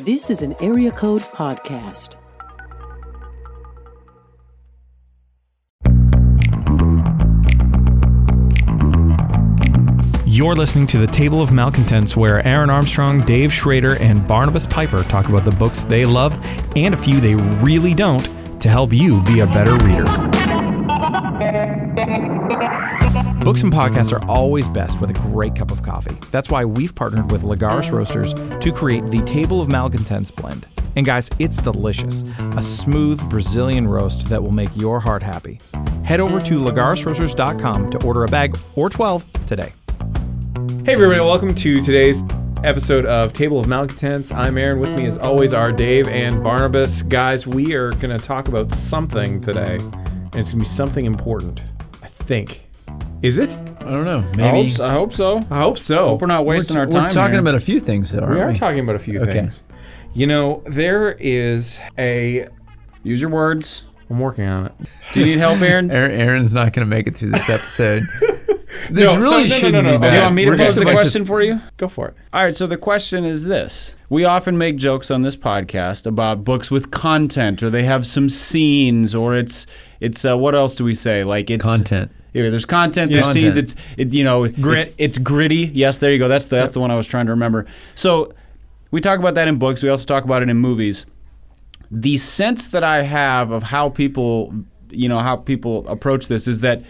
This is an Area Code Podcast. You're listening to the Table of Malcontents, where Aaron Armstrong, Dave Schrader, and Barnabas Piper talk about the books they love and a few they really don't to help you be a better reader. Books and podcasts are always best with a great cup of coffee. That's why we've partnered with Lagaris Roasters to create the Table of Malcontents blend. And guys, it's delicious. A smooth Brazilian roast that will make your heart happy. Head over to lagarisroasters.com to order a bag or 12 today. Hey, everybody, welcome to today's episode of Table of Malcontents. I'm Aaron. With me, as always, are Dave and Barnabas. Guys, we are going to talk about something today, and it's going to be something important, I think. Is it? I don't know. I Maybe hope, so, I hope so. I hope so. We're not wasting our time. we're talking here. about a few things, though. Aren't We are talking about a few things. You know, there is a. Use your words. I'm working on it. Do you need help, Aaron? Aaron, Aaron's not going to make it through this episode. this No, so- no, no, really shouldn't no, no. be bad. Do you want me to We're pose just a the bunch of- question for you? Go for it. All right. So the question is this: We often make jokes on this podcast about books with content, or they have some scenes, or it's it's uh, what else do we say? Like it's Content. Yeah, there's content. There's Content. scenes. It's it, you know Grit. It's, it's gritty. Yes, there you go. That's the, that's the one I was trying to remember. So we talk about that in books. We also talk about it in movies. the sense that I have of how people, you know, how people approach this is that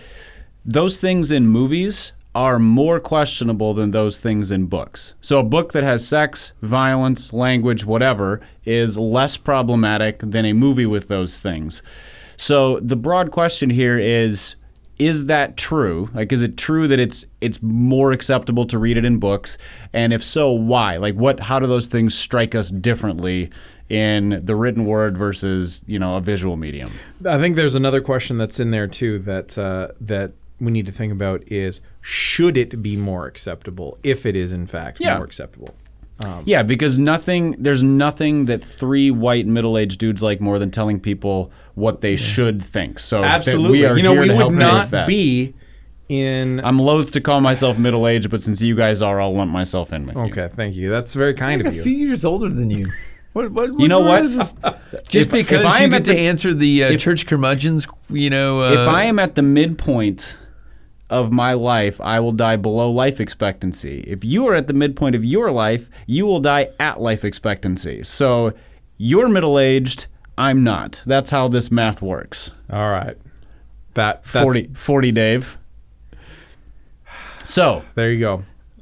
those things in movies are more questionable than those things in books. So a book that has sex, violence, language, whatever is less problematic than a movie with those things. So the broad question here is is that true? Like, is it true that it's it's more acceptable to read it in books? And if so, why? Like, what? How do those things strike us differently in the written word versus you know a visual medium? I think there's another question that's in there too that uh, that we need to think about is should it be more acceptable if it is in fact Yeah. more acceptable. yeah, because nothing. There's nothing that three white middle-aged dudes like more than telling people what they should think. So that Absolutely. we are you know, here we to help would not with that. Uh, be in. I'm loath to call myself middle-aged, but since you guys are, I'll lump myself in with you. okay, thank you. That's very kind I'm of a you. few years older than you. What, what, You know what? is this? Just If- because if I you am get at the- to answer the uh, if- church curmudgeons, you know. Uh, if I am at the midpoint of my life, I will die below life expectancy. If you are at the midpoint of your life, you will die at life expectancy. So you're middle aged, I'm not. That's how this math works. All right. That that's, 40, 40 Dave. So, There you go.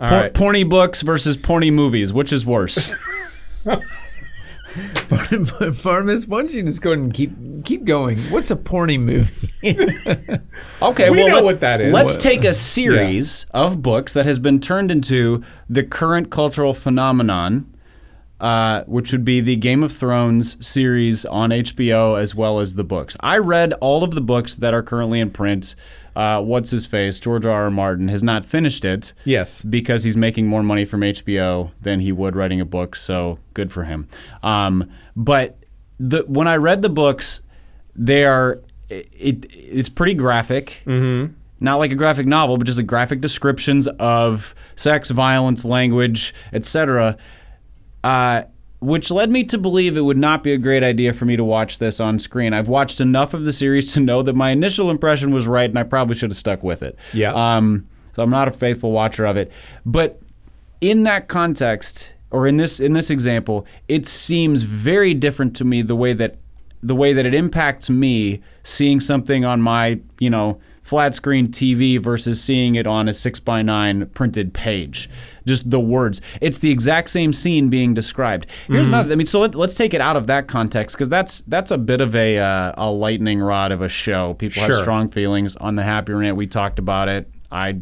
All por- right. porny books versus porny movies, which is worse? Farmers, uh, why don't you just go ahead and keep keep going? What's a porny movie? Okay, We well, know let's- what that is. Let's What- take a series of books that has been turned into the current cultural phenomenon, uh, which would be the Game of Thrones series on HBO as well as the books. I read all of the books that are currently in print. Uh, what's his face? George R. R. Martin has not finished it. Yes. Because he's making more money from HBO than he would writing a book, so good for him. Um, but the, when I read the books, they are it, it's pretty graphic. Mm-hmm. Not like a graphic novel, but just like graphic descriptions of sex, violence, language, etc. Uh, which led me to believe it would not be a great idea for me to watch this on screen. I've watched enough of the series to know that my initial impression was right, and I probably should have stuck with it. Yeah. Um, so I'm not a faithful watcher of it, but in that context, or in this in this example, it seems very different to me the way that the way that it impacts me seeing something on my you know flat screen TV versus seeing it on a six by nine printed page. Just the words. It's the exact same scene being described. Here's another. I mean, so let, let's take it out of that context because that's that's a bit of a uh, a lightning rod of a show. People have Sure. strong feelings on the happy rant. We talked about it. I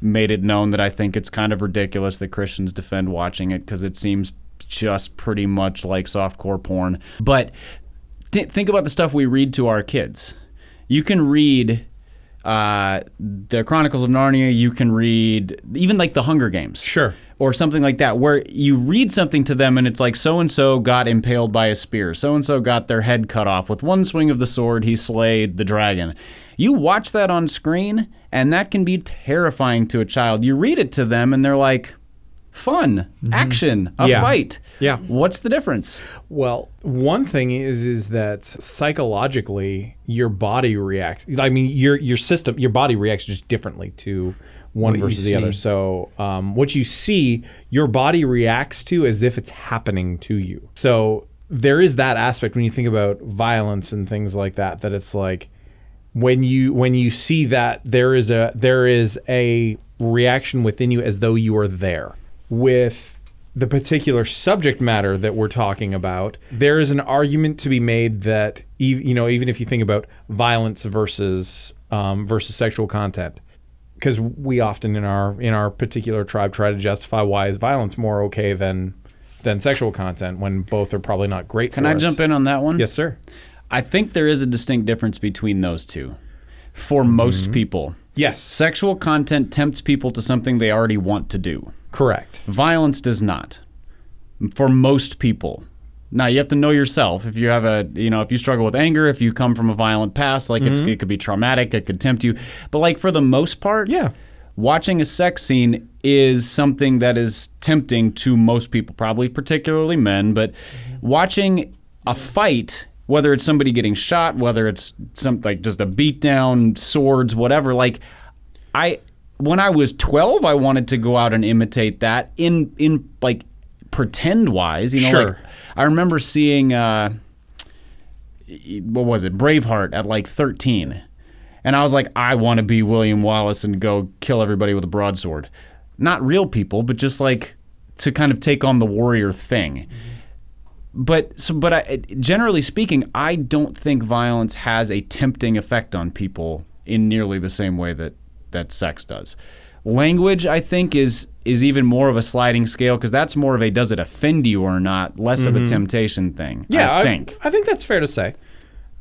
made it known that I think it's kind of ridiculous that Christians defend watching it because it seems just pretty much like softcore porn. But th- think about the stuff we read to our kids. You can read uh, the Chronicles of Narnia. You can read even like the Hunger Games. Sure. Or something like that, where you read something to them and it's like so and so got impaled by a spear, so and so got their head cut off. With one swing of the sword, he slayed the dragon. You watch that on screen, and that can be terrifying to a child. You read it to them, and they're like, fun, action, a Mm-hmm. Yeah. fight. Yeah. What's the difference? Well, one thing is is that psychologically your body reacts. I mean, your your system, your body reacts just differently to one versus the other. So, um, what you see, your body reacts to as if it's happening to you. So there is that aspect when you think about violence and things like that. That it's like when you when you see that there is a there is a reaction within you as though you are there with the particular subject matter that we're talking about there is an argument to be made that ev- you know even if you think about violence versus um, versus sexual content because we often in our in our particular tribe try to justify why is violence more okay than than sexual content when both are probably not great Can I jump in on that one? yes sir I think there is a distinct difference between those two for most people. Mm-hmm. yes Sexual content tempts people to something they already want to do. correct Violence does not. For most people. Now you have to know yourself. If you have a, you know, if you struggle with anger, if you come from a violent past, like it's, it could be traumatic, it could tempt you. But like for the most part, Yeah. watching a sex scene is something that is tempting to most people, probably particularly men. But watching a fight, whether it's somebody getting shot, whether it's some like just a beatdown, swords, whatever, like I when I was 12, I wanted to go out and imitate that in in like pretend wise, you know, like Sure. I remember seeing uh what was it? Braveheart at like 13. And I was like I want to be William Wallace and go kill everybody with a broadsword. Not real people, but just like to kind of take on the warrior thing but so but I, generally speaking i don't think violence has a tempting effect on people in nearly the same way that that sex does language i think is is even more of a sliding scale because that's more of a does it offend you or not less of a temptation thing Yeah, i think I think that's fair to say.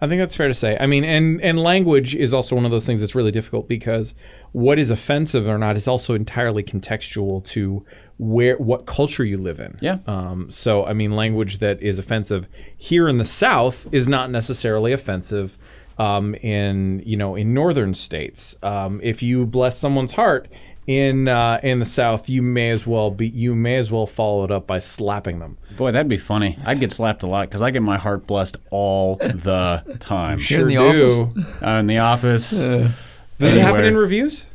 I think that's fair to say. I mean, and and language is also one of those things that's really difficult because what is offensive or not is also entirely contextual to where what culture you live in. Yeah. Um, so I mean, language that is offensive here in the South is not necessarily offensive. Um, in you know in northern states, um, if you bless someone's heart in uh, in the South, you may as well be you may as well follow it up by slapping them. boy that'd be funny i'd get slapped a lot because i get my heart blessed all the time in the office. uh, in the office Uh, Does it happen in Anywhere. reviews?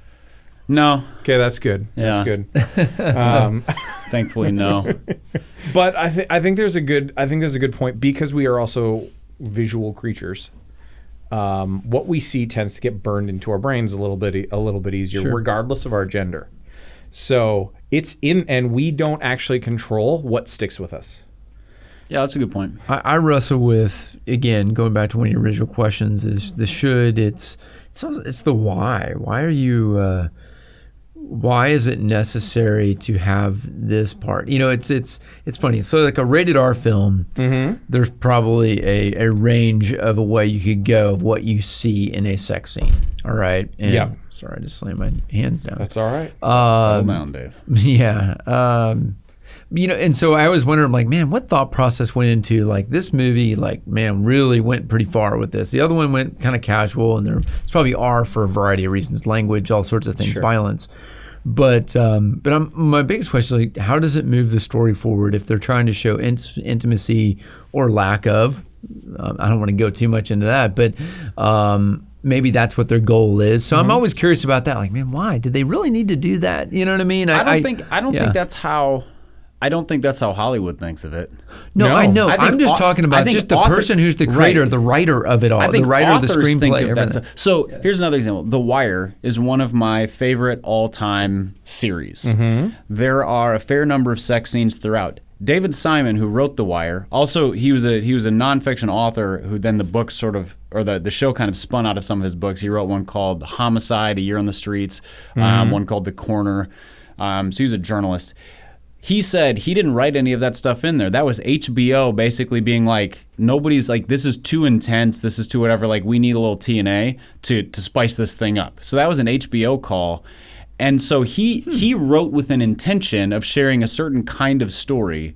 no Okay, that's good. Yeah. That's good. um, thankfully no but I think I think there's a good I think there's a good point because we are also visual creatures. Um, what we see tends to get burned into our brains a little bit e- a little bit easier, regardless of our gender. So it's in, and we don't actually control what sticks with us. yeah that's a good point I, I wrestle with again going back to one of your original questions is the should it's it's also, it's the why why are you uh, why is it necessary to have this part you know it's it's it's funny so like a rated R film there's probably a, a range of a way you could go of what you see in a sex scene all right and Yeah. sorry I just slammed my hands down That's all right. settle Um, down dave yeah. Um, you know, and so I always wonder, I'm like, man, what thought process went into like this movie? Like, man, really went pretty far with this. The other one went kind of casual, and there it's probably R for a variety of reasons, language, all sorts of things, violence. But um, but I'm, my biggest question is like, how does it move the story forward if they're trying to show in- intimacy or lack of? Um, I don't want to go too much into that, but um, maybe that's what their goal is. So I'm always curious about that. Like, man, why did they really need to do that? You know what I mean? I don't think I don't yeah. think that's how I don't think that's how Hollywood thinks of it. No, I know. I think I'm just au- talking I about think just the author- person who's the creator, Right. the writer of it all, I think the writer of the authors screenplay. think of that everything. stuff. So here's another example. The Wire is one of my favorite all-time series. Mm-hmm. There are a fair number of sex scenes throughout. David Simon, who wrote The Wire, also he was a he was a nonfiction author who then the book sort of or the, the show kind of spun out of some of his books. He wrote one called Homicide: A Year on the Streets, Mm-hmm. um, one called The Corner. Um, so he was a journalist. he said he didn't write any of that stuff in there. That was HBO basically being like, nobody's like, this is too intense. This is too whatever. Like, we need a little TNA to to spice this thing up. So that was an HBO call, and so he he wrote with an intention of sharing a certain kind of story,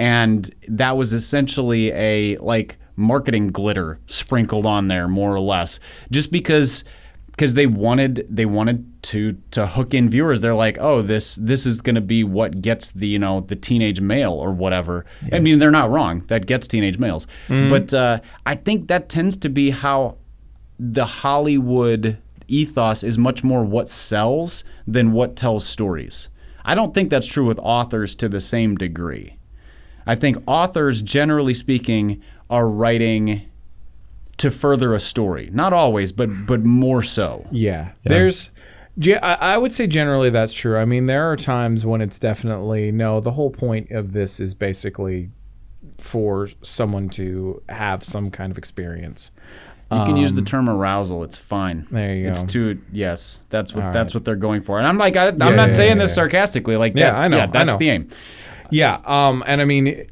and that was essentially a like marketing glitter sprinkled on there, more or less, just because because they wanted they wanted to to hook in viewers. They're like, oh, this this is going to be what gets the you know the teenage male or whatever. I mean, they're not wrong. That gets teenage males, but uh, I think that tends to be how the Hollywood ethos is much more what sells than what tells stories. I don't think that's true with authors to the same degree. I think authors, generally speaking, are writing to further a story. Not always, but but more so. Yeah. There's, ge- I I would say generally that's true. I mean, there are times when it's definitely no, the whole point of this is basically for someone to have some kind of experience. You can use the term arousal. It's fine. Um, There you it's go. too yes. That's what that's what they're going for. And I'm like, I, I'm not yeah, saying yeah, this yeah. sarcastically. Like, Yeah, that, I know, I Yeah, that's know. the aim. Yeah. Um, and I mean,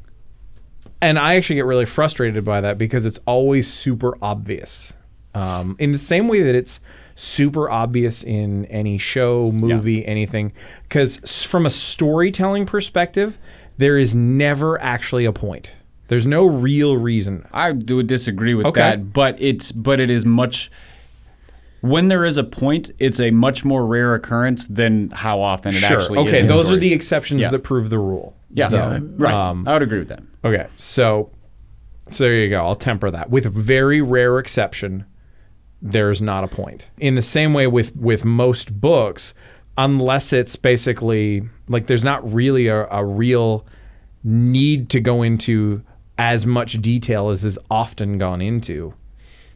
and I actually get really frustrated by that because it's always super obvious. Um, in the same way that it's super obvious in any show, movie, anything, because from a storytelling perspective, there is never actually a point. There's no real reason. I do disagree with Okay. that, but it's but it is much. When there is a point, it's a much more rare occurrence than how often it actually is. Okay. in Those are stories. the Um, exceptions Yeah. that prove the rule. Yeah, right. I would agree with that. Okay, so so there you go. I'll temper that. With very rare exception, there's not a point. In the same way with with most books, unless it's basically like there's not really a, a real need to go into as much detail as is often gone into.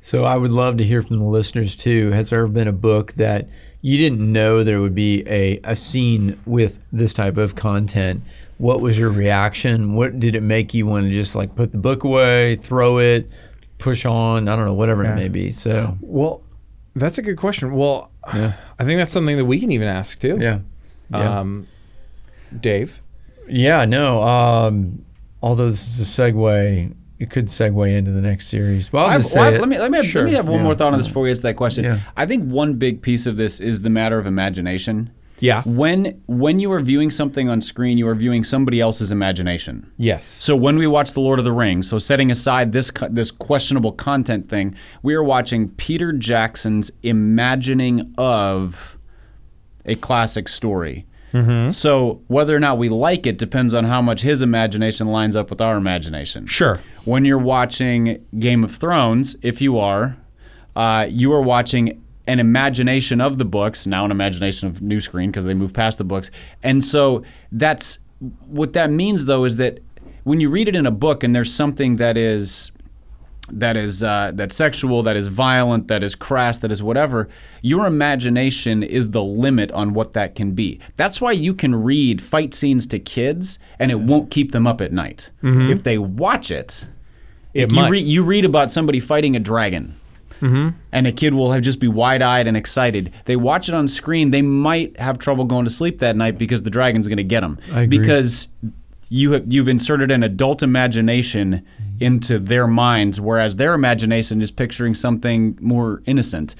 So I would love to hear from the listeners too. Has there ever been a book that you didn't know there would be a, a scene with this type of content? What was your reaction? What did it make you want to just like put the book away, throw it, push on? I don't know, whatever it may be. So Well, that's a good question. Well, I think that's something that we can even ask too. yeah, yeah, Um, Dave. yeah. No. Um, although this is a segue, it could segue into the next series. Well, I'll I've- just say well, I've- it. let me let me have, Sure. let me have one Yeah. more thought on this before we get to that question. Yeah. I think one big piece of this is the matter of imagination. Yeah. When when you are viewing something on screen, you are viewing somebody else's imagination. Yes. So when we watch The Lord of the Rings, so setting aside this co- this questionable content thing, we are watching Peter Jackson's imagining of a classic story. Mm-hmm. So whether or not we like it depends on how much his imagination lines up with our imagination. Sure. When you're watching Game of Thrones, if you are, uh, you are watching an imagination of the books, now an imagination of new screen because they move past the books. And so that's what that means though is that when you read it in a book and there's something that is that is uh, that's sexual, that is violent, that is crass, that is whatever. Your imagination is the limit on what that can be. That's why you can read fight scenes to kids and it won't keep them up at night. If they watch it, Mm-hmm. It you, might. re- you read about somebody fighting a dragon. And a kid will have just be wide-eyed and excited. They watch it on screen. They might have trouble going to sleep that night because the dragon's going to get them. I agree. Because you have, you've inserted an adult imagination into their minds, whereas their imagination is picturing something more innocent.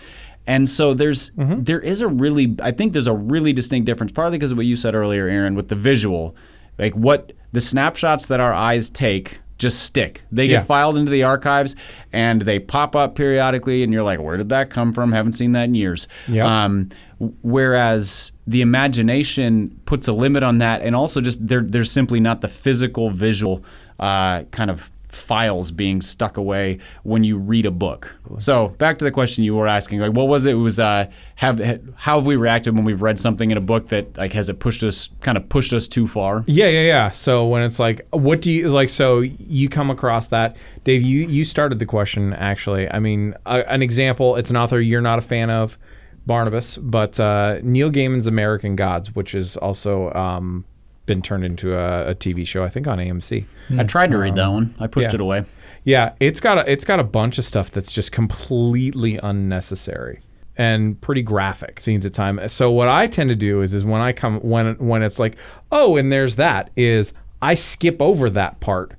And so there's Mm-hmm. there is a really I think there's a really distinct difference, partly because of what you said earlier, Aaron, with the visual, like what the snapshots that our eyes take just stick. They Yeah. get filed into the archives and they pop up periodically, and you're like, where did that come from? Haven't seen that in years. Yeah. Um, w- whereas the imagination puts a limit on that, and also just there, there's simply not the physical, visual uh, kind of files being stuck away when you read a book. So back to the question you were asking, like what was it? it was uh, have ha- how have we reacted when we've read something in a book that like has it pushed us kind of pushed us too far? Yeah, yeah, yeah. So when it's like, what do you like? So you come across that, Dave. You you started the question actually. I mean, a, an example. It's an author you're not a fan of, Barnabas, but uh, Neil Gaiman's American Gods, which is also um, been turned into a, a TV show, I think on AMC. I tried to read that one. I pushed Mm-hmm. Um, yeah. it away. Yeah, it's got a, it's got a bunch of stuff that's just completely unnecessary and pretty graphic scenes at time. So what I tend to do is is when I come when when it's like, "Oh, and there's that," is I skip over that part.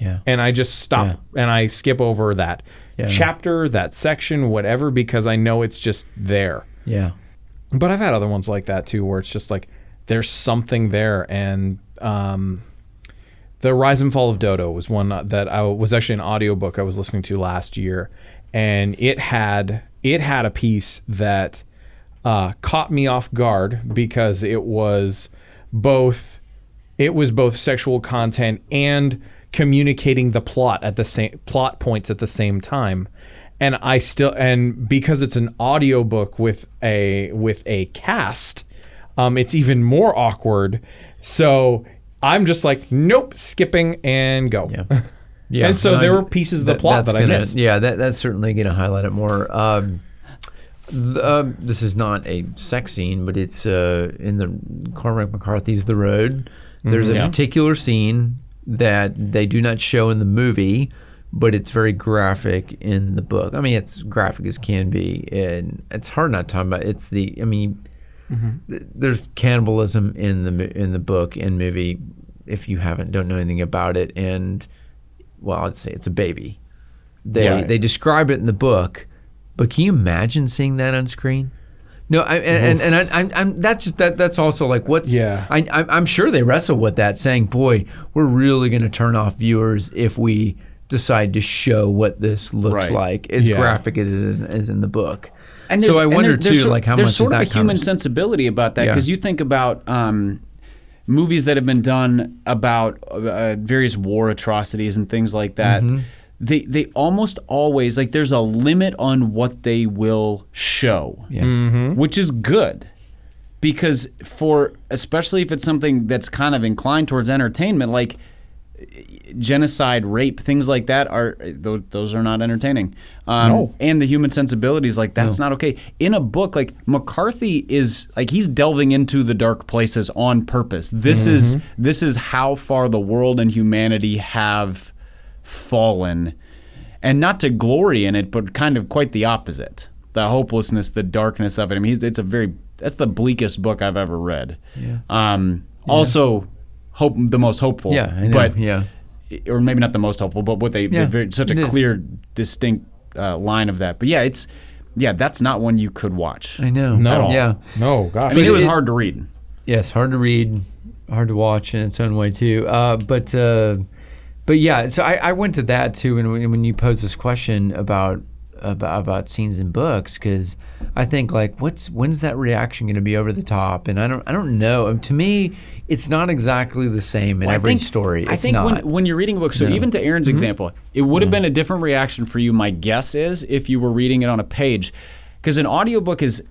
Yeah. And I just stop and I skip over that chapter, that section, whatever because I know it's just there. yeah. But I've had other ones like that too, where it's just like there's something there. And um, the Rise and Fall of Dodo was one that I was actually an audiobook I was listening to last year, and it had it had a piece that uh, caught me off guard because it was both it was both sexual content and communicating the plot at the same plot points at the same time and i still and because it's an audiobook with a with a cast um, it's even more awkward so i'm just like nope skipping and go Yeah. Yeah. and so no, there I- were pieces of the plot that's that i gonna- missed Yeah, that, that's certainly going to highlight it more. Um, th- um, this is not a sex scene, but it's uh, in the Cormac McCarthy's The Road. Mm-hmm. There's a particular scene that they do not show in the movie, but it's very graphic in the book. I mean, it's graphic as can be, and it's hard not to talk about. It's the, I mean, th- there's cannibalism in the mo- in the book and movie. If you haven't, don't know anything about it, and well, I'd say it's a baby. They Right. they describe it in the book, but can you imagine seeing that on screen? No, I, and and, and I, I'm, I'm that's just that that's also like what's Yeah. I, I'm I'm sure they wrestle with that, saying, "Boy, we're really going to turn off viewers if we decide to show what this looks Right. like as Yeah. graphic as, it is as in the book." And so there's- I and wonder there- there's too, sort- like how much there's is sort that of a human conversation? sensibility about that Yeah. because you think about um, movies that have been done about uh, various war atrocities and things like that. Mm-hmm. They they almost always like there's a limit on what they will show, which is good because for especially if it's something that's kind of inclined towards entertainment, like genocide, rape, things like that are those, those are not entertaining. Um, And the human sensibilities, like that's not okay. In a book, like McCarthy is like he's delving into the dark places on purpose. This is Mm-hmm. this is how far the world and humanity have fallen, and not to glory in it, but kind of quite the opposite. The hopelessness, the darkness of it. I mean, he's, it's a very that's the bleakest book I've ever read. Yeah. Um, Also, hope the most hopeful. Yeah, I know, but yeah. or maybe not the most helpful, but what they Yeah, they're very, such a it is. clear, distinct uh, line of that. But yeah, it's yeah, that's not one you could watch. I know. no Yeah. no gosh I mean, it, But was it- hard to read. Yes, hard to read, hard to watch in its own way too. Uh, but uh, but yeah, so I, I went to that too, and when, when you posed this question about about, about scenes in books, because I think like, what's when's that reaction going to be over the top? And I don't I don't know. Um, to me, it's not exactly the same in every story. It's I think not. when when you're reading a book, so even to Aaron's example, it would have been a different reaction for you. My guess is if you were reading it on a page, because an audiobook is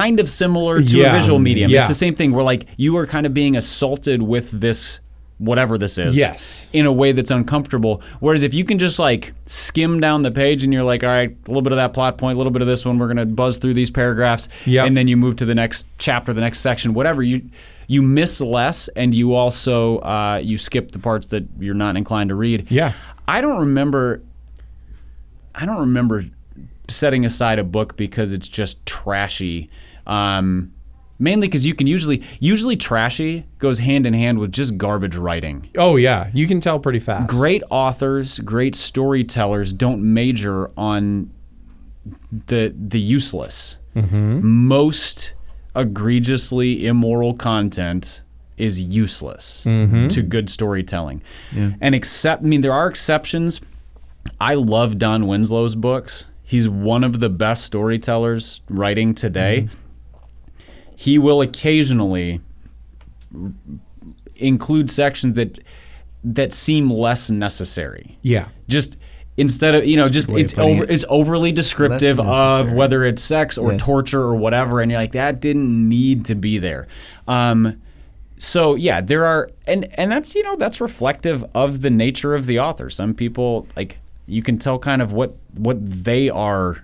kind of similar to Yeah. a visual medium. Yeah. It's the same thing. Where like you are kind of being assaulted with this whatever this is. Yes. in a way that's uncomfortable. Whereas if you can just like skim down the page and you're like, all right, a little bit of that plot point, a little bit of this one, we're gonna buzz through these paragraphs, Yep. and then you move to the next chapter, the next section, whatever. You you miss less, and you also uh, you skip the parts that you're not inclined to read. Yeah. I don't remember. I don't remember setting aside a book because it's just trashy. Um, mainly because you can usually usually trashy goes hand in hand with just garbage writing oh yeah you can tell pretty fast great authors, great storytellers don't major on the the useless. Most egregiously immoral content is useless to good storytelling. And except I mean there are exceptions. I love Don Winslow's books. He's one of the best storytellers writing today. He will occasionally include sections that that seem less necessary. yeah Just instead of you know just way of it's putting over it. it's overly descriptive Less of necessary. whether it's sex or Yes. torture or whatever, and you're like that didn't need to be there. Um, so yeah, there are and and that's you know that's reflective of the nature of the author. Some people like you can tell kind of what what they are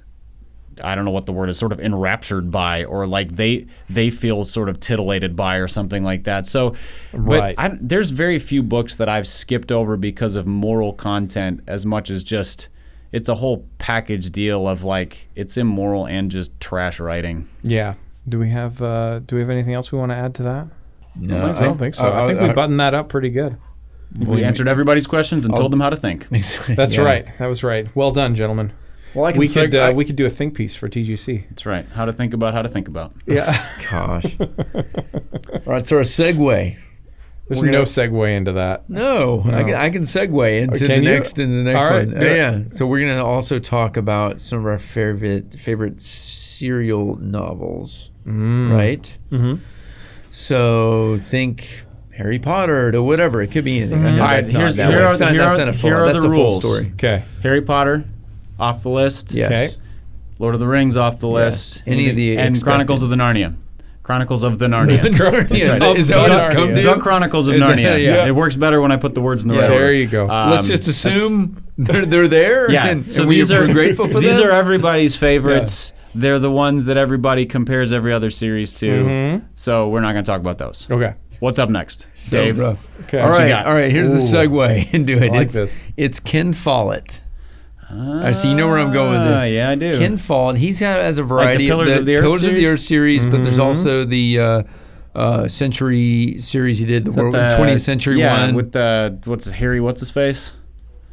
I don't know what the word is, sort of enraptured by, or like they they feel sort of titillated by, or something like that. So, Right. but I, there's very few books that I've skipped over because of moral content, as much as just it's a whole package deal of like it's immoral and just trash writing. yeah do we have uh do we have anything else we want to add to that no, I don't think so. I, think we buttoned that up pretty good. We answered everybody's questions Oh. and told them how to think. That's right. That was right. Well done, gentlemen. Well, I can oh, we say- could uh, I- we could do a think piece for TGC. That's right. How to think about how to think about. Yeah. Gosh. All right, so our segue There's we're gonna- no segue into that. No, I, can, I can segue into the Can you? next and the next All right, one. do it. yeah. So we're gonna also talk about some of our favorite favorite serial novels, Mm. right? Mm-hmm. So think Harry Potter to whatever. It could be anything. I know Mm-hmm. All right, that's not here's- that here one. are- It's not- here that's are- not a here full- are that's the a full rules. story. Okay. Harry Potter, off the list. Yes. Okay. Lord of the Rings, off the list. Any of the and expected- Chronicles of the Narnia. Chronicles of the Narnia. Narnia. right. Is that what it's Narnia. come the to? Chronicles of Yeah. Narnia. Yeah. It works better when I put the words in the Yeah. right There order. you go. Um, Let's just assume they're, they're there. Yeah. And, so and these we are are grateful for these them. are everybody's favorites. They're the ones that everybody compares every other series to. So we're not going to talk about those. Okay. What's up next, Mm-hmm. So, Dave? bro. Okay. All What you right, got? all right. Here's the Ooh. segue into it. I like it's, this. It's Ken Follett. I see. You know where I'm going with Ah, this. yeah, I do. Ken Follett. He's got has a variety Pillars of the Earth Pillars of series? the Earth series, but Mm-hmm. there's also the uh, uh, Century series he did, the, With world, the- 20th Century yeah, one. with the what's Harry? What's his face?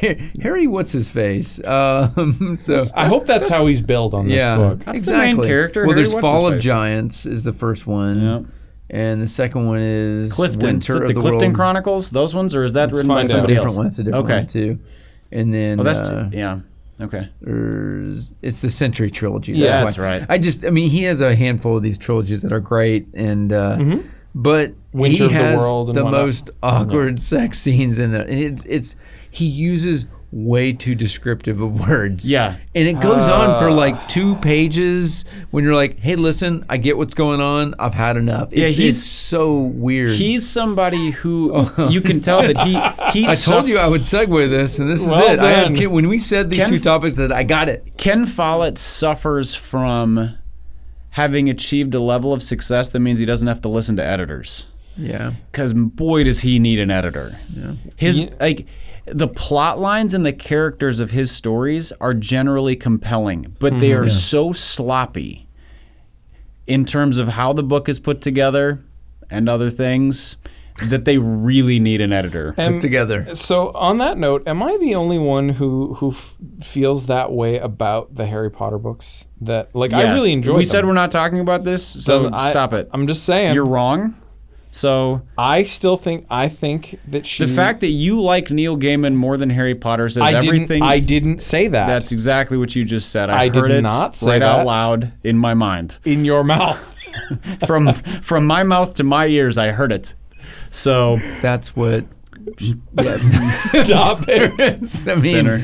Harry, what's his face? Um, so I hope that's, how he's billed on this yeah, book. That's the main exactly. character, Well, Harry, there's what's Fall his of face? Giants is the first one, Yep. and the second one is Clifton. Is Winter it of the, the, Clifton World. Chronicles? Those ones, or is that written by find out. It's a somebody different else? one. It's a different okay. one too. And then Oh, that's uh, t- yeah. Okay. there's it's the Century trilogy. Yeah, why. that's right. I just I mean he has a handful of these trilogies that are great and uh, Mm-hmm. but Winter he of the has World and the whatnot. most awkward sex scenes in there. And it's it's he uses way too descriptive of words. Yeah. Ah. And it goes on for like two pages when you're like, hey, listen, I get what's going on. I've had enough. It's, he's- it's so weird. He's somebody who you can tell that he he Oh. I told you I would segue this, and this Well is it. I had, done. Ken- when we said these Ken- two topics, that I got it. Ken Follett suffers from having achieved a level of success that means he doesn't have to listen to editors. Yeah. Because boy, does he need an editor. His like the plot lines and the characters of his stories are generally compelling, but they Mm-hmm. are so sloppy in terms of how the book is put together and other things that they really need an editor. Am- together. So on that note, am I the only one who who f- feels that way about the Harry Potter books? That like I Yes. really enjoy. We said we're not talking about this, so stop it. I'm just saying. You're wrong. So I still think I think that she. the fact that you like Neil Gaiman more than Harry Potter says Mm. I everything. didn't. I didn't say that. That's exactly what you just said. I, I heard did it not say right out that. loud in my mind. in your mouth. From from my mouth to my ears, I heard it. So That's what. Stop it. I mean, sinner.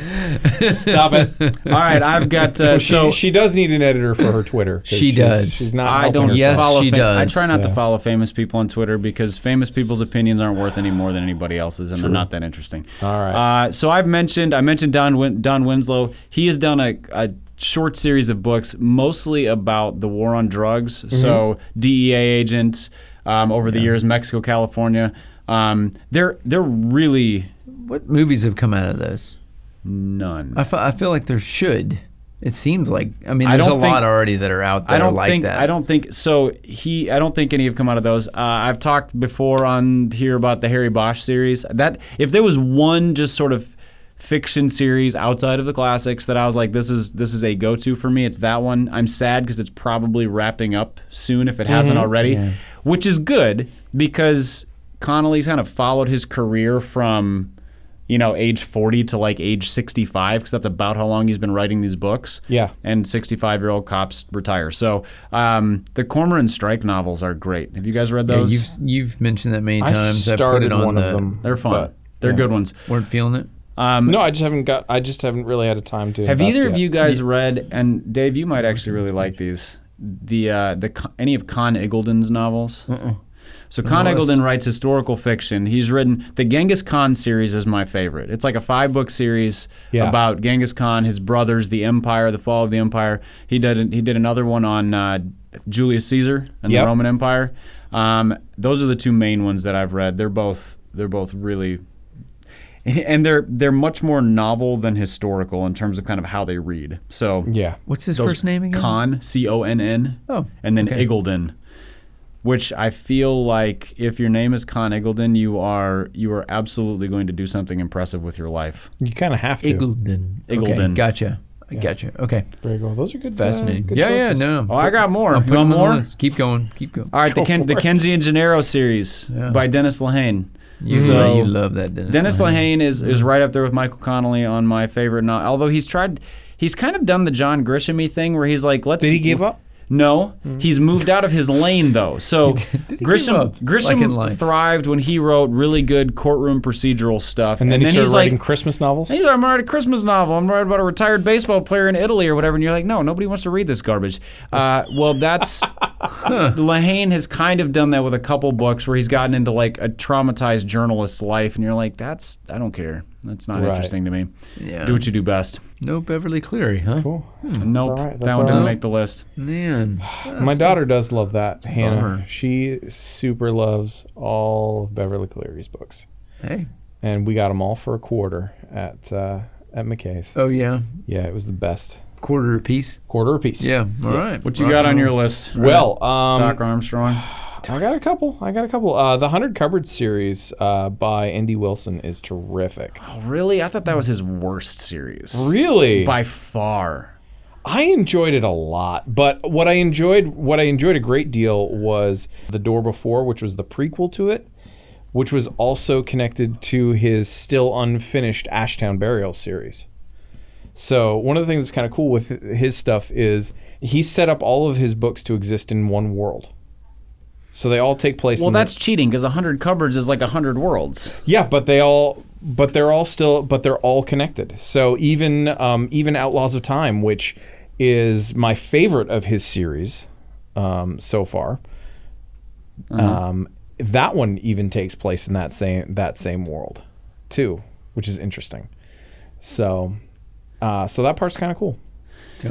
Stop it. All right, I've got uh, so she, she does need an editor for her Twitter. 'cause She she's- does. She's not. I helping don't herself. Yes, follow. she I does. try not to follow famous people on Twitter because famous people's opinions aren't worth any more than anybody else's, and they're not that interesting. All right. Uh, so I've mentioned I mentioned Don Win- Don Winslow. He has done a, a short series of books, mostly about the war on drugs. So DEA agents um, over the years, Mexico, California. Um, they're they're really What movies have come out of this? none. I fe- I feel like there should. It seems like. I mean, I there's a don't think- lot already that are out there I don't like think that. I don't think so. He I don't think any have come out of those. Uh, I've talked before on here about the Harry Bosch series. That if there was one just sort of fiction series outside of the classics that I was like, this is this is a go to for me. It's that one. I'm sad because it's probably wrapping up soon if it Mm-hmm. hasn't already, which is good because Connolly's kind of followed his career from. You know, age 40 to like age 65, because that's about how long he's been writing these books Yeah. and 65 year old cops retire. So um, the Cormoran Strike novels are great. Have you guys read Yeah, those? you've you've mentioned that many I times. I put started it on one the- of them. They're fun. but- They're good ones. Weren't feeling it. No, I just haven't got. I just haven't really had a time to. Have invest either of yet. you guys read? And Dave, you might actually really like these. The uh, the Con- any of Con Iggledon's novels. So Con Iggledon writes historical fiction. He's written the Genghis Khan series is my favorite. It's like a five book series Yeah. about Genghis Khan, his brothers, the empire, the fall of the empire. He did an- he did another one on uh, Julius Caesar and Yep. the Roman Empire. Um, those are the two main ones that I've read. They're both they're both really and they're they're much more novel than historical in terms of kind of how they read. So Yeah. What's his those- first name again? Con C O N N. Oh, and then okay. Iggledon, which I feel like if your name is Con Iggledon, you are you are absolutely going to do something impressive with your life. You kind of have to. Iggledon. Okay, Iggledon. gotcha. I got you. Okay. Very cool. Those are good. uh, Fascinating. good yeah, choices. yeah, no. Oh, I got more. I'll You put want them on more? the list. Keep going. Keep going. All right, the, Ken, the Kenzie and Gennaro series Yeah. by Dennis Lehane. You, So- you love that Dennis. Dennis Lehane. Lehane is, is right up there with Michael Connolly on my favorite. Not, although he's tried, he's kind of done the John Grishamy thing where he's like, let's. Did he give up? No, he's moved out of his lane though. So he give Grisham up? Like in Grisham life. thrived when he wrote really good courtroom procedural stuff, And then, he started he's writing like, Christmas novels. He's like, I'm writing a Christmas novel. I'm writing about a retired baseball player in Italy or whatever. And you're like, no, nobody wants to read this garbage. Uh, well, that's. Lehane has kind of done that with a couple books where he's gotten into like a traumatized journalist's life. And you're like, that's. I don't care. That's not Right. interesting to me. Yeah. Do what you do best. No Beverly Cleary, huh? Cool. nope. all right. That Hmm. That's all one didn't right. Hmm. make the list. Man. My daughter does love that. Hannah. bummer. She super loves all of Beverly Cleary's books, Hey. and we got them all for a quarter at uh, at McKay's. Oh yeah. Yeah, it was the best Quarter apiece. quarter apiece. Yeah. All right. What you got on your list? Well, um, Doc Armstrong. I got a couple. I got a couple. Uh, the Hundred Cupboards series uh, by Andy Wilson is terrific. Oh, really? I thought that was his worst series. Really, By far. I enjoyed it a lot. But what I enjoyed, what I enjoyed a great deal was the Door Before, which was the prequel to it, which was also connected to his still unfinished Ashtown Burial series. So one of the things that's kind of cool with his stuff is he set up all of his books to exist in one world. So they all take place. Well, in the- that's cheating because 100 cupboards is like 100 worlds. Yeah, but they all, but they're all still, but they're all connected. So even, um, even Outlaws of Time, which is my favorite of his series um, so far, um, that one even takes place in that same that same world, too, which is interesting. So, uh, so that part's kind of cool.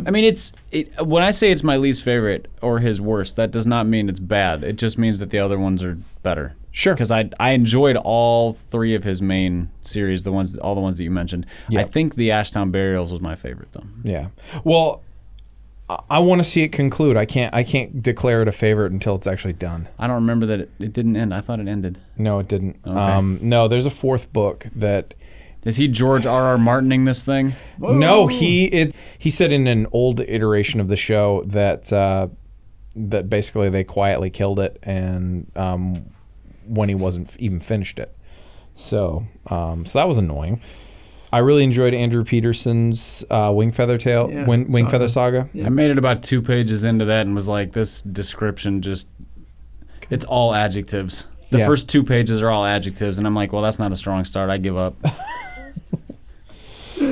I mean, it's it, when I say it's my least favorite or his worst, that does not mean it's bad. It just means that the other ones are better. Sure. Because I I enjoyed all three of his main series, the ones all the ones that you mentioned. I think the Ashtown Burials was my favorite though. Yeah. Well, I, I want to see it conclude. I can't. I can't declare it a favorite until it's actually done. I don't remember that it, it didn't end. I thought it ended. No, it didn't. Um, no, there's a fourth book that Is he George R. R. Martining this thing? No, he it he said in an old iteration of the show that uh, that basically they quietly killed it, and um, when he wasn't f- even finished it, so um, so that was annoying. I really enjoyed Andrew Peterson's uh, Wing Feather Tale, Yeah, Wing, Wing saga. Feather Saga. I made it about two pages into that and was like, this description just, it's all adjectives. The Yeah. first two pages are all adjectives, and I'm like, well, that's not a strong start. I give up.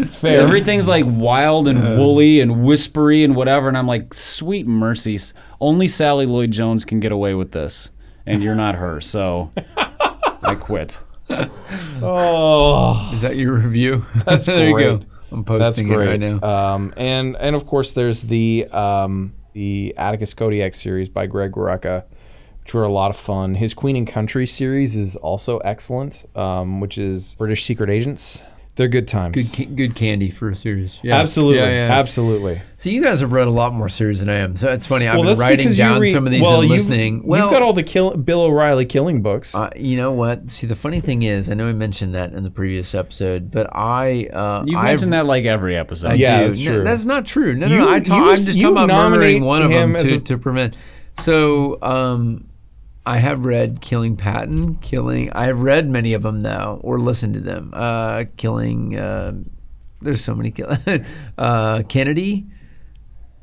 Fair. Everything's like wild and woolly and whispery and whatever, and I'm like, sweet mercies. Only Sally Lloyd Jones can get away with this, and you're not her, so I quit. Oh, Is that your review? That's there you great. go. I'm that's posting great. it right now. Um, and and of course there's the um, the Atticus Kodiak series by Greg Rucka, which were a lot of fun. His Queen and Country series is also excellent, um, which is British secret agents. They're good times. Good, ca- good candy for a series. Yeah. Absolutely, Yeah, yeah. absolutely. So you guys have read a lot more series than I am. So it's funny. I've well, been that's writing because down you read, some of these well, and you've- listening. You've, well, got all the kill, Bill O'Reilly killing books. Uh, you know what? See, the funny thing is, I know we mentioned that in the previous episode, but I uh, You I've- mentioned that like every episode. I Yeah, do. that's No, true. that's not true. No, no, You- no I talk, you- I'm just you talking about nominate murdering one of them him as to, a- to prevent. So um, I have read Killing Patton, Killing. I have read many of them now, or listened to them. Uh, killing. Uh, there's so many. Kill- uh, Kennedy,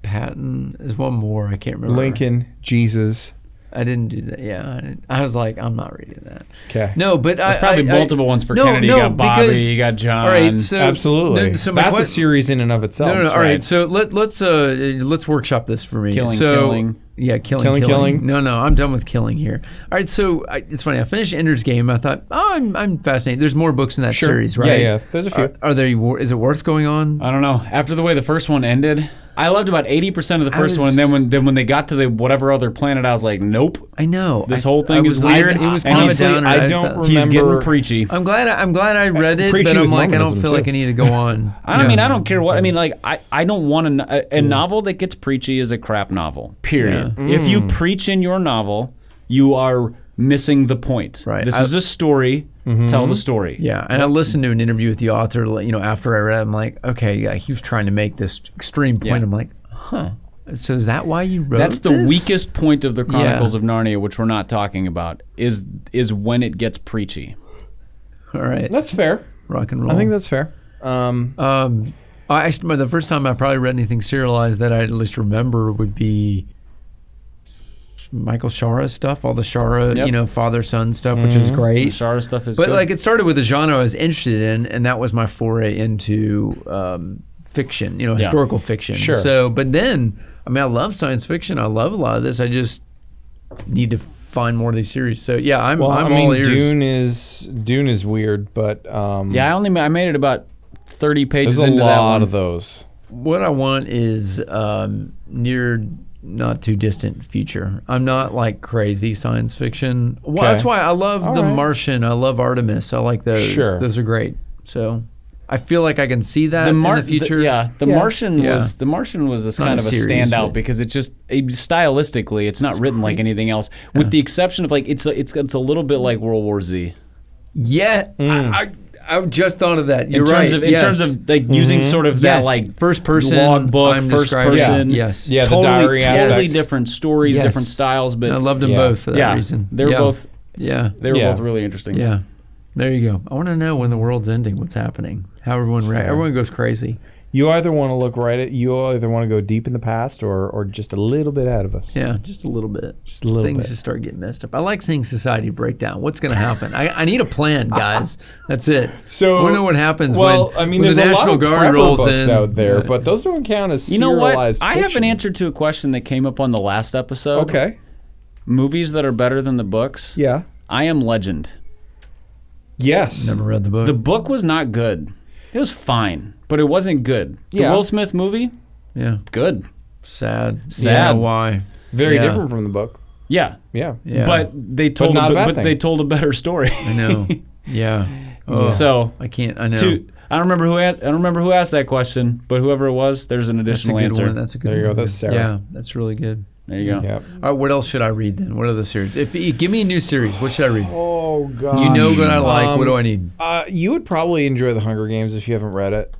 Patton. There's one more. I can't remember. Lincoln, Jesus. I didn't do that. Yeah, I, didn't, I was like, I'm not reading that. 'Kay. No, but I, There's probably I- I- multiple ones for no, Kennedy. No, you got Bobby, because- you got John. all right, so Absolutely. no, so my That's a que- series in and of itself. No, no, no. All right, so let let's uh let's workshop this for me. Killing, so, killing. Yeah, killing, Killing, killing, killing. No, no, I'm done with killing here. All right, so I, it's funny. I finished Ender's Game. I thought, oh, I'm I'm fascinated. There's more books in that Sure. series, Yeah, right? yeah, there's a few. Are, are there? wor- Is it worth going on? I don't know. After the way the first one ended, I loved about eighty percent of the was- first one. And then when then when they got to the whatever other planet, I was like, nope. I know. This I- whole thing I is was like- weird. It was and kind of a he's- honestly, downer. I I don't thought- He's getting Remember- preachy. I'm glad. I, I'm glad I read it, Preachy but with I'm like, I don't Mormonism, feel too. like I need to go on. I don't I mean I don't care what I mean like I, I don't want a, Mm. a novel that Mm. gets preachy is a crap novel. Period. If you preach in your novel, you are missing the point. Right. This I- Mm-hmm. is a story. Tell the story. Yeah, and I listened to an interview with the author. like, You know, after I read, it, I'm like, okay, yeah, he was trying to make this extreme point. Yeah. I'm like, huh. So is that why you wrote? That's the this? weakest point of the Chronicles of Narnia, which we're not talking about, is is when it gets preachy. All right, That's fair. rock and roll. I think that's fair. Um, Um, I, I st- the first time I probably read anything serialized that I at least remember would be Michael Shara's stuff, all the Shara, Yep. Mm-hmm. you know, father son stuff, which is The great. Shara stuff is But good. like, it started with a genre I was interested in, and that was my foray into um, fiction, you know, historical fiction. Sure. So, but then, I mean, I love science fiction. I love a lot of this. I just need to find more of these series. So yeah, I'm well, i I'm all mean, ears. Dune is Dune is weird, but um, yeah, I only ma- I made it about thirty pages there's a into that lot one. of those. What I want is um, near, not too distant future. I'm not like crazy science fiction. Well, Okay. That's why I love All The right. Martian. I love Artemis. I like those. Sure. Those are great. So I feel like I can see that in the future. yeah, the Martian Yeah. was the Martian was this not kind a of a series, standout but- because it just it, stylistically it's not written like anything else, with the exception of like it's a, it's it's a little bit like World War Z Yeah. I, I, I just thought of that. Hmm. in You're terms right. of in terms Yes. Mm-hmm. of like using sort of that Yes. like First person, logbook, I'm first describing- person, Yeah. Yes. Yeah, the totally diary totally aspects. different stories, Yes. different styles, but I loved them Yeah. both for that yeah, reason. they're Yeah. both Yeah. they were Yeah. both really interesting. Yeah. There you go. I want to know when the world's ending, what's happening, how everyone rea- everyone goes crazy. You either want to look right at you either want to go deep in the past or or just a little bit out of us. Yeah, just a little bit. Just a little Things bit. just start getting messed up. I like seeing society break down. What's going to happen? I, I need a plan, guys. That's it. I So want to know what happens Well, when, I mean, when there's the a lot National of Guard prepper rolls books in. out there, Yeah. but those don't count as You know what? serialized I have an fiction. answer to a question that came up on the last episode. Okay. Movies that are better than the books. Yeah. I Am Legend. Yes. never read the book. The book was not good. It was fine, but it wasn't good. Yeah. The Will Smith movie, yeah, good. sad. Sad. Yeah, why? Very Yeah. different from the book. Yeah. Yeah. Yeah. But they told not a, a bad but thing. they told a better story. I know. yeah. Ugh. So I can't. I know. two I don't remember who had, I don't remember who asked that question, but whoever it was, there's an that's a additional good answer. one. That's a good. There you go. one. That's Sarah. Yeah, that's really good. there you go. Yep. All right, what else should I read then? What other series? If you give me a new series, what should I read? Oh god. You know what I like. what Um, do I need? Uh, you would probably enjoy The Hunger Games if you haven't read it.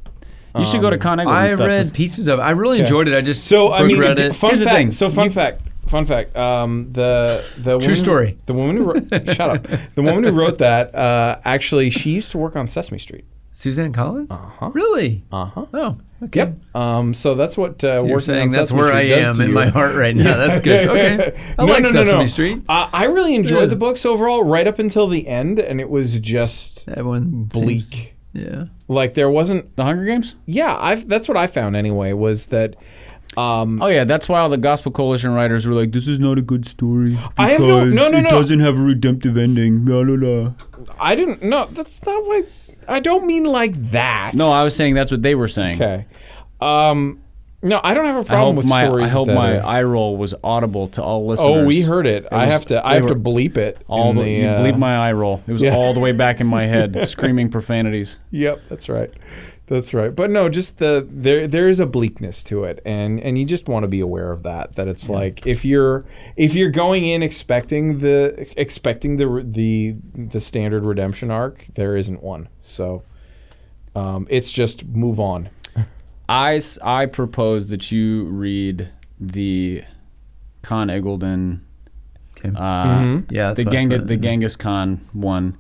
You should go to Con Edward and I stuff to read s- pieces of. it. I really enjoyed it. I just So I mean, regret it. fun Here's the fact. thing. So fun fact. Fun fact. Um, the the woman, story. The woman who wrote, shut up. The woman who wrote that uh, actually she used to work on Sesame Street. Suzanne Collins? Uh-huh. Really? Uh huh. Oh, okay. Yep. Um, so that's what uh, So working you're on saying that's Sesame where I Street does am to in you. my heart right now. That's good. Okay. I no, like no, no, no. Sesame Street. I, I really enjoyed Yeah. the books overall, right up until the end, and it was just Everyone bleak. seems- yeah. like there wasn't. The Hunger Games? Yeah, I've, that's what I found anyway. Was that um, Oh yeah, that's why all the Gospel Coalition writers were like, "This is not a good story." I have no- no, no, because It no. doesn't have a redemptive ending. La la la. I didn't. No, that's not what. I don't mean like that. No, I was saying that's what they were saying. Okay. Um, no, I don't have a I problem hope with my stories. I hope that my are- eye roll was audible to all listeners. oh, we heard it. I was- have to. I they have to were- bleep it. all in the, the, you uh, bleep my eye roll. It was yeah. all the way back in my head, screaming profanities. Yep, that's right. That's right. But no, just the there there is a bleakness to it and and you just want to be aware of that that it's like if you're if you're going in expecting the expecting the re- the the standard redemption arc, there isn't one. So um, it's just move on. I, s- I propose that you read the Con Eggledon, Okay. uh, Mm-hmm. Yeah, that's the, what I Genghis, thought, the yeah. Genghis Khan one,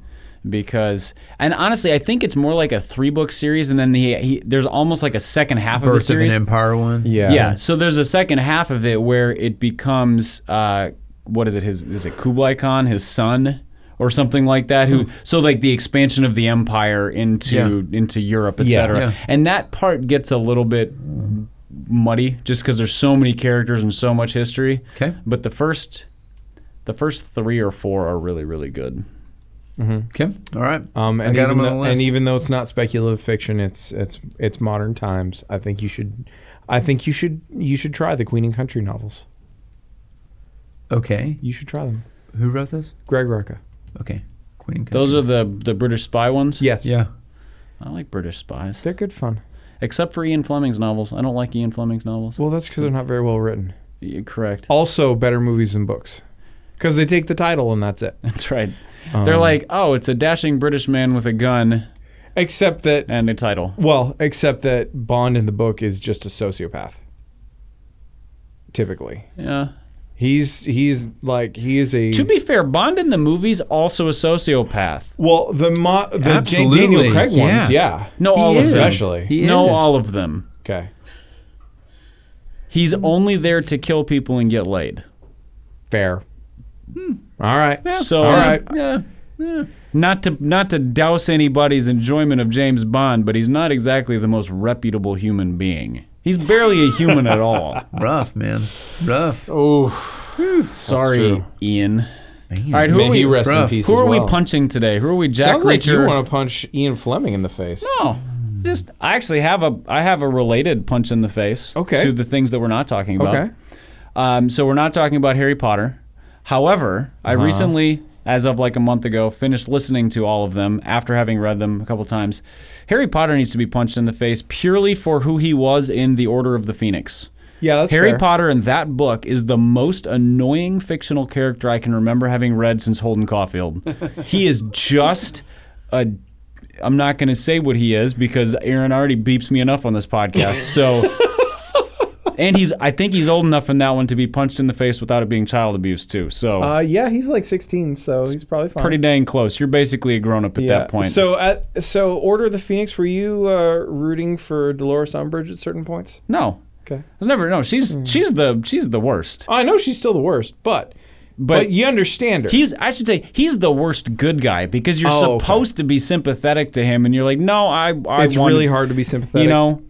because and honestly, I think it's more like a three book series, and then the, he there's almost like a second half of the Birth of an series. Empire one. Yeah. Yeah. So there's a second half of it where it becomes uh, what is it? His is it Kublai Khan, his son, or something like that? Who? So like the expansion of the empire into into Europe, Hmm. Yeah. etc. Yeah. And that part gets a little bit muddy just because there's so many characters and so much history. Okay. But the first. The first three or four are really, really good. Okay. All right. Um, I and, got even them on though, the list. and even though it's not speculative fiction, it's it's it's modern times. I think you should, I think you should you should try the Queen and Country novels. okay. You should try them. Who wrote this? Greg Rucka. Okay. Queen and Those are the the British spy ones. Yes. Yeah. I like British spies, They're good fun. except for Ian Fleming's novels. I don't like Ian Fleming's novels. Well, that's because they're not very well written. Yeah, correct. Also, better movies than books. because they take the title and that's it. That's right. They're like, oh, it's a dashing British man with a gun Except that, and a title. well, except that Bond in the book is just a sociopath. Typically, Yeah. he's he's like he is a To be fair, Bond in the movies also a sociopath. well the mo- the Dan- Absolutely, Daniel Craig ones, yeah. yeah, No, all of is. them. Especially. He no, is. all of them. okay, He's only there to kill people and get laid. fair. Hmm. All right, uh, So, all right. yeah, yeah. Not to not to douse anybody's enjoyment of James Bond, but he's not exactly the most reputable human being. He's barely a human at all. Rough, man. Rough. Sorry, true. Ian. All right, who May are he we? rest in Bruh. peace. Who as are well. we punching today? Who are we? Jack Sounds like Reacher? you want to punch Ian Fleming in the face. No, Oh, just I actually have a I have a related punch in the face Okay. to the things that we're not talking about. Okay. Um, so we're not talking about Harry Potter. However, I Uh-huh. recently, as of like a month ago, finished listening to all of them after having read them a couple times. Harry Potter needs to be punched in the face purely for who he was in the Order of the Phoenix. Yeah, that's Harry fair. Potter in that book is the most annoying fictional character I can remember having read since Holden Caulfield. he is just a. I'm not going to say what he is because Aaron already beeps me enough on this podcast. So, and he's. I think he's old enough in that one to be punched in the face without it being child abuse too. So Uh, yeah, he's like 16, so he's probably fine. pretty dang close. You're basically a grown up at that point. So, at, so Order of the Phoenix, were you uh, rooting for Dolores Umbridge at certain points? no. Okay. Hmm. I was never no. She's she's the she's the worst. I know she's still the worst, but but, you understand her. He's I should say he's the worst good guy because you're Oh, okay. supposed to be sympathetic to him and you're like, no, I, I it's want- really hard to be sympathetic. You know,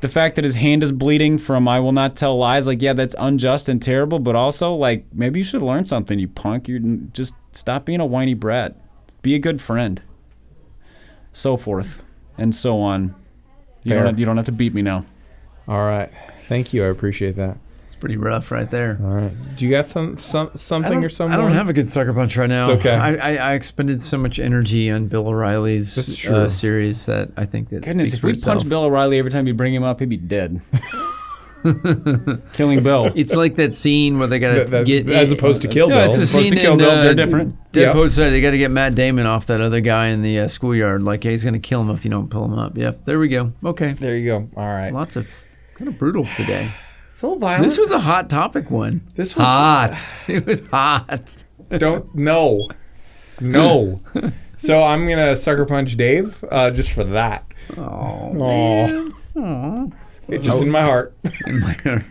the fact that his hand is bleeding from I will not tell lies, like, yeah, that's unjust and terrible, but also like maybe you should learn something, you punk. You're just stop being a whiny brat. Be a good friend. So forth and so on. You Fair. don't, have, you don't have to beat me now. All right. Thank you. I appreciate that. It's pretty rough right there. All right. Do you got some, some I something don't, or someone? I don't have a good sucker punch right now. It's okay. I, I, I expended so much energy on Bill O'Reilly's This is uh, true. series that I think that Goodness, speaks if for we itself. punch Bill O'Reilly every time you bring him up, he'd be dead. Killing Bill. It's like that scene where they got to That- that- get as opposed to Kill No, Bill. it's the As opposed scene to Kill in, Bill, uh, they're different. Dead Yeah. Poets Society, They got to get Matt Damon off that other guy in the uh, schoolyard. Like, yeah, he's going to kill him if you don't pull him up. Yep, there we go. Okay, There you go. All right. lots of kind of brutal today. So violent. This was a hot topic one. This was- hot. it was hot. don't no, no. so I'm gonna sucker punch Dave uh, just for that. Oh, Oh. It just in my heart. Oh my God.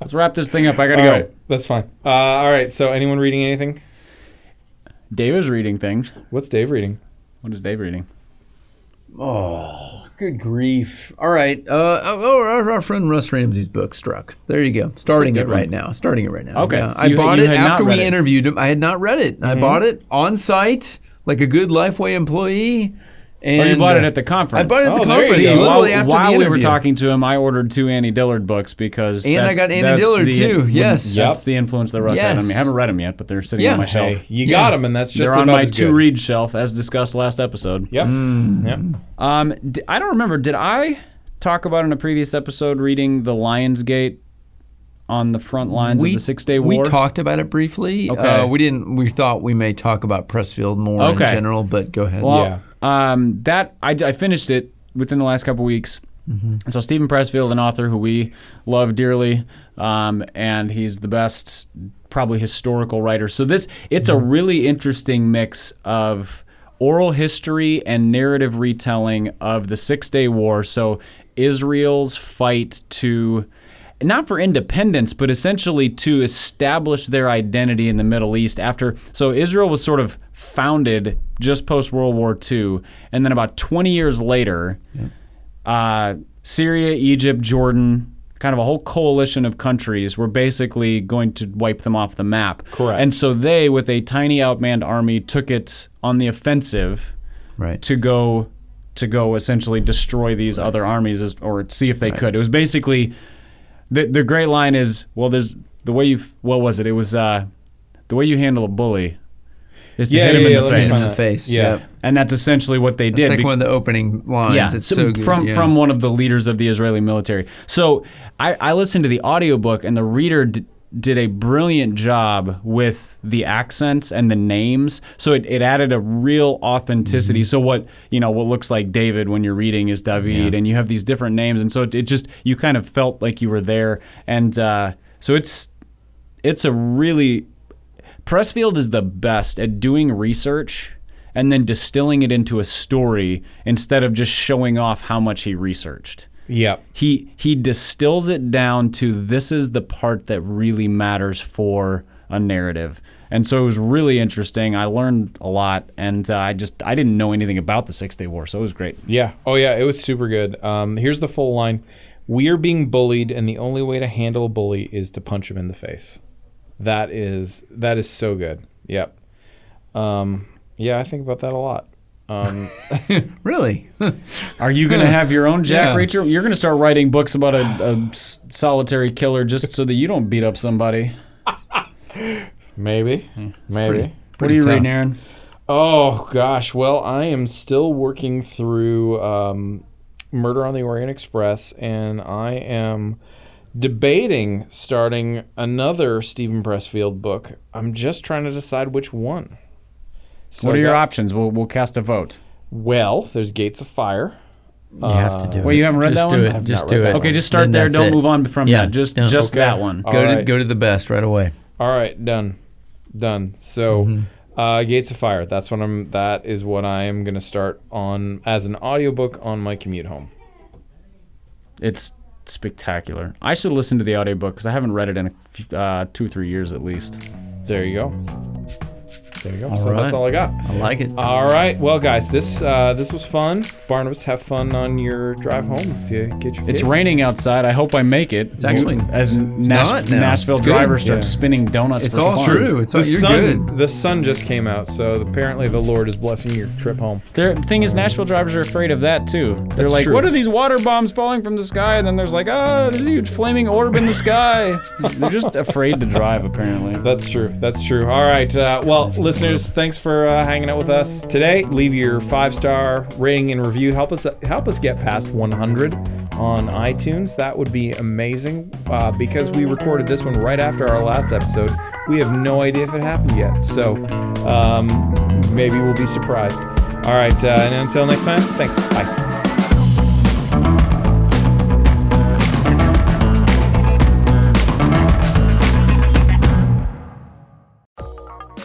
Let's wrap this thing up. I gotta All go. right, that's fine. Uh, all right. So anyone reading anything? Dave is reading things. What's Dave reading? What is Dave reading? Good grief. All right. Uh, oh, our, our friend Russ Ramsey's book struck. There you go. Starting it good right now. Starting it right now. Okay. Yeah. So I you- bought you it had not after read we it. Mm-hmm. interviewed him. I had not read it. I bought it on site like a good Lifeway employee. And Oh, you bought it uh, at the conference. I bought it at Oh, the there you conference. go. See, It's while, literally after the while we were interview. talking to him, I ordered two Annie Dillard books because And I that's- got Annie that's Dillard, the- too. Yes. that's Yep. the influence that Russ had on Yes. me. I haven't read them yet, but they're sitting Yeah. on my shelf. Hey, you got him, and that's just they're on about my as two good. read shelf, as discussed last episode. Yep. Yep. Um, d- I don't remember. Did I talk about in a previous episode reading The Lion's Gate on the front lines of the Six Day War? We talked about it briefly. Okay. Uh, we didn't. We thought we may talk about Pressfield more Okay. in general, but go ahead. Well, um, that I, I finished it within the last couple weeks. So Stephen Pressfield, an author who we love dearly, um, and he's the best probably historical writer. So this it's a really interesting mix of oral history and narrative retelling of the Six Day War. So Israel's fight to not for independence, but essentially to establish their identity in the Middle East after. So Israel was sort of founded just post World War II, and then about 20 years later, uh, Syria, Egypt, Jordan, kind of a whole coalition of countries were basically going to wipe them off the map. Correct. And so they, with a tiny outmanned army, took it on the offensive right. to go to go essentially destroy these other armies as, or see if they could. It was basically the the great line is well there's the way you f- what was it? It was uh, the way you handle a bully is to Yeah, hit him yeah, yeah, in the let me face. find in the that. face. Yeah. Yep. And that's essentially what they It's did. like bec- one of the opening lines. It's so, good. from yeah. from one of the leaders of the Israeli military. So I, I listened to the audiobook and the reader d- did a brilliant job with the accents and the names. So it, it added a real authenticity. Mm-hmm. So what you know what looks like David when you're reading is David, and you have these different names, and so it, it just you kind of felt like you were there. And uh, so it's it's a really Pressfield is the best at doing research and then distilling it into a story instead of just showing off how much he researched Yep. he he distills it down to this is the part that really matters for a narrative and so it was really interesting i learned a lot and uh, i just i didn't know anything about the six day war so it was great Yeah. Oh, yeah. It was super good. Um, here's the full line We are being bullied, and the only way to handle a bully is to punch him in the face. That is that is so good. Yep. Um, yeah, I think about that a lot. Um, Really? are you going to have your own jack Yeah. reacher you're going to start writing books about a, a s- solitary killer just so that you don't beat up somebody maybe. Maybe. what are you tough. reading aaron Oh gosh, well I am still working through um, Murder on the Orient Express, and I am debating starting another Stephen Pressfield book. I'm just trying to decide which one. So what are I your got- options we'll, we'll cast a vote Well, there's Gates of Fire. You have to do it. Well, you haven't read just that Do one? I have it. Just not do read it. that okay one. just start Then there that's don't it. move on from Yeah, that just no. just Okay. that one All Go to right. go to the best right away. All right, done, done. So, Mm-hmm. uh, Gates of Fire. That's what I'm. That is what I am going to start on as an audiobook on my commute home. It's spectacular. I should listen to the audiobook because I haven't read it in a few, uh, two, three years at least. There you go. There you go. so right. that's all I got. I like it. All right, well, guys, this uh, this was fun. Barnabas, have fun on your drive home to get your. It's kids. raining outside. I hope I make it. It's actually- as Nash- not now. Nashville It's good. driver starts Yeah. spinning donuts. it's for all fun. true. It's The all, you're sun, good. the sun just came out, so apparently the Lord is blessing your trip home. They're- The thing is, Nashville drivers are afraid of that too. They're That's like, true. "What are these water bombs falling from the sky?" And then there's like, "Ah, there's a huge flaming orb in the sky." They're just afraid to drive, apparently. That's true. That's true. All right. Uh, well, listeners, thanks for uh, hanging out with us today. Leave your five star rating and review. Help us help us get past 100 on iTunes. That would be amazing. Uh, because we recorded this one right after our last episode, we have no idea if it happened yet. So um, maybe we'll be surprised. All right. Uh, and until next time, thanks. Bye.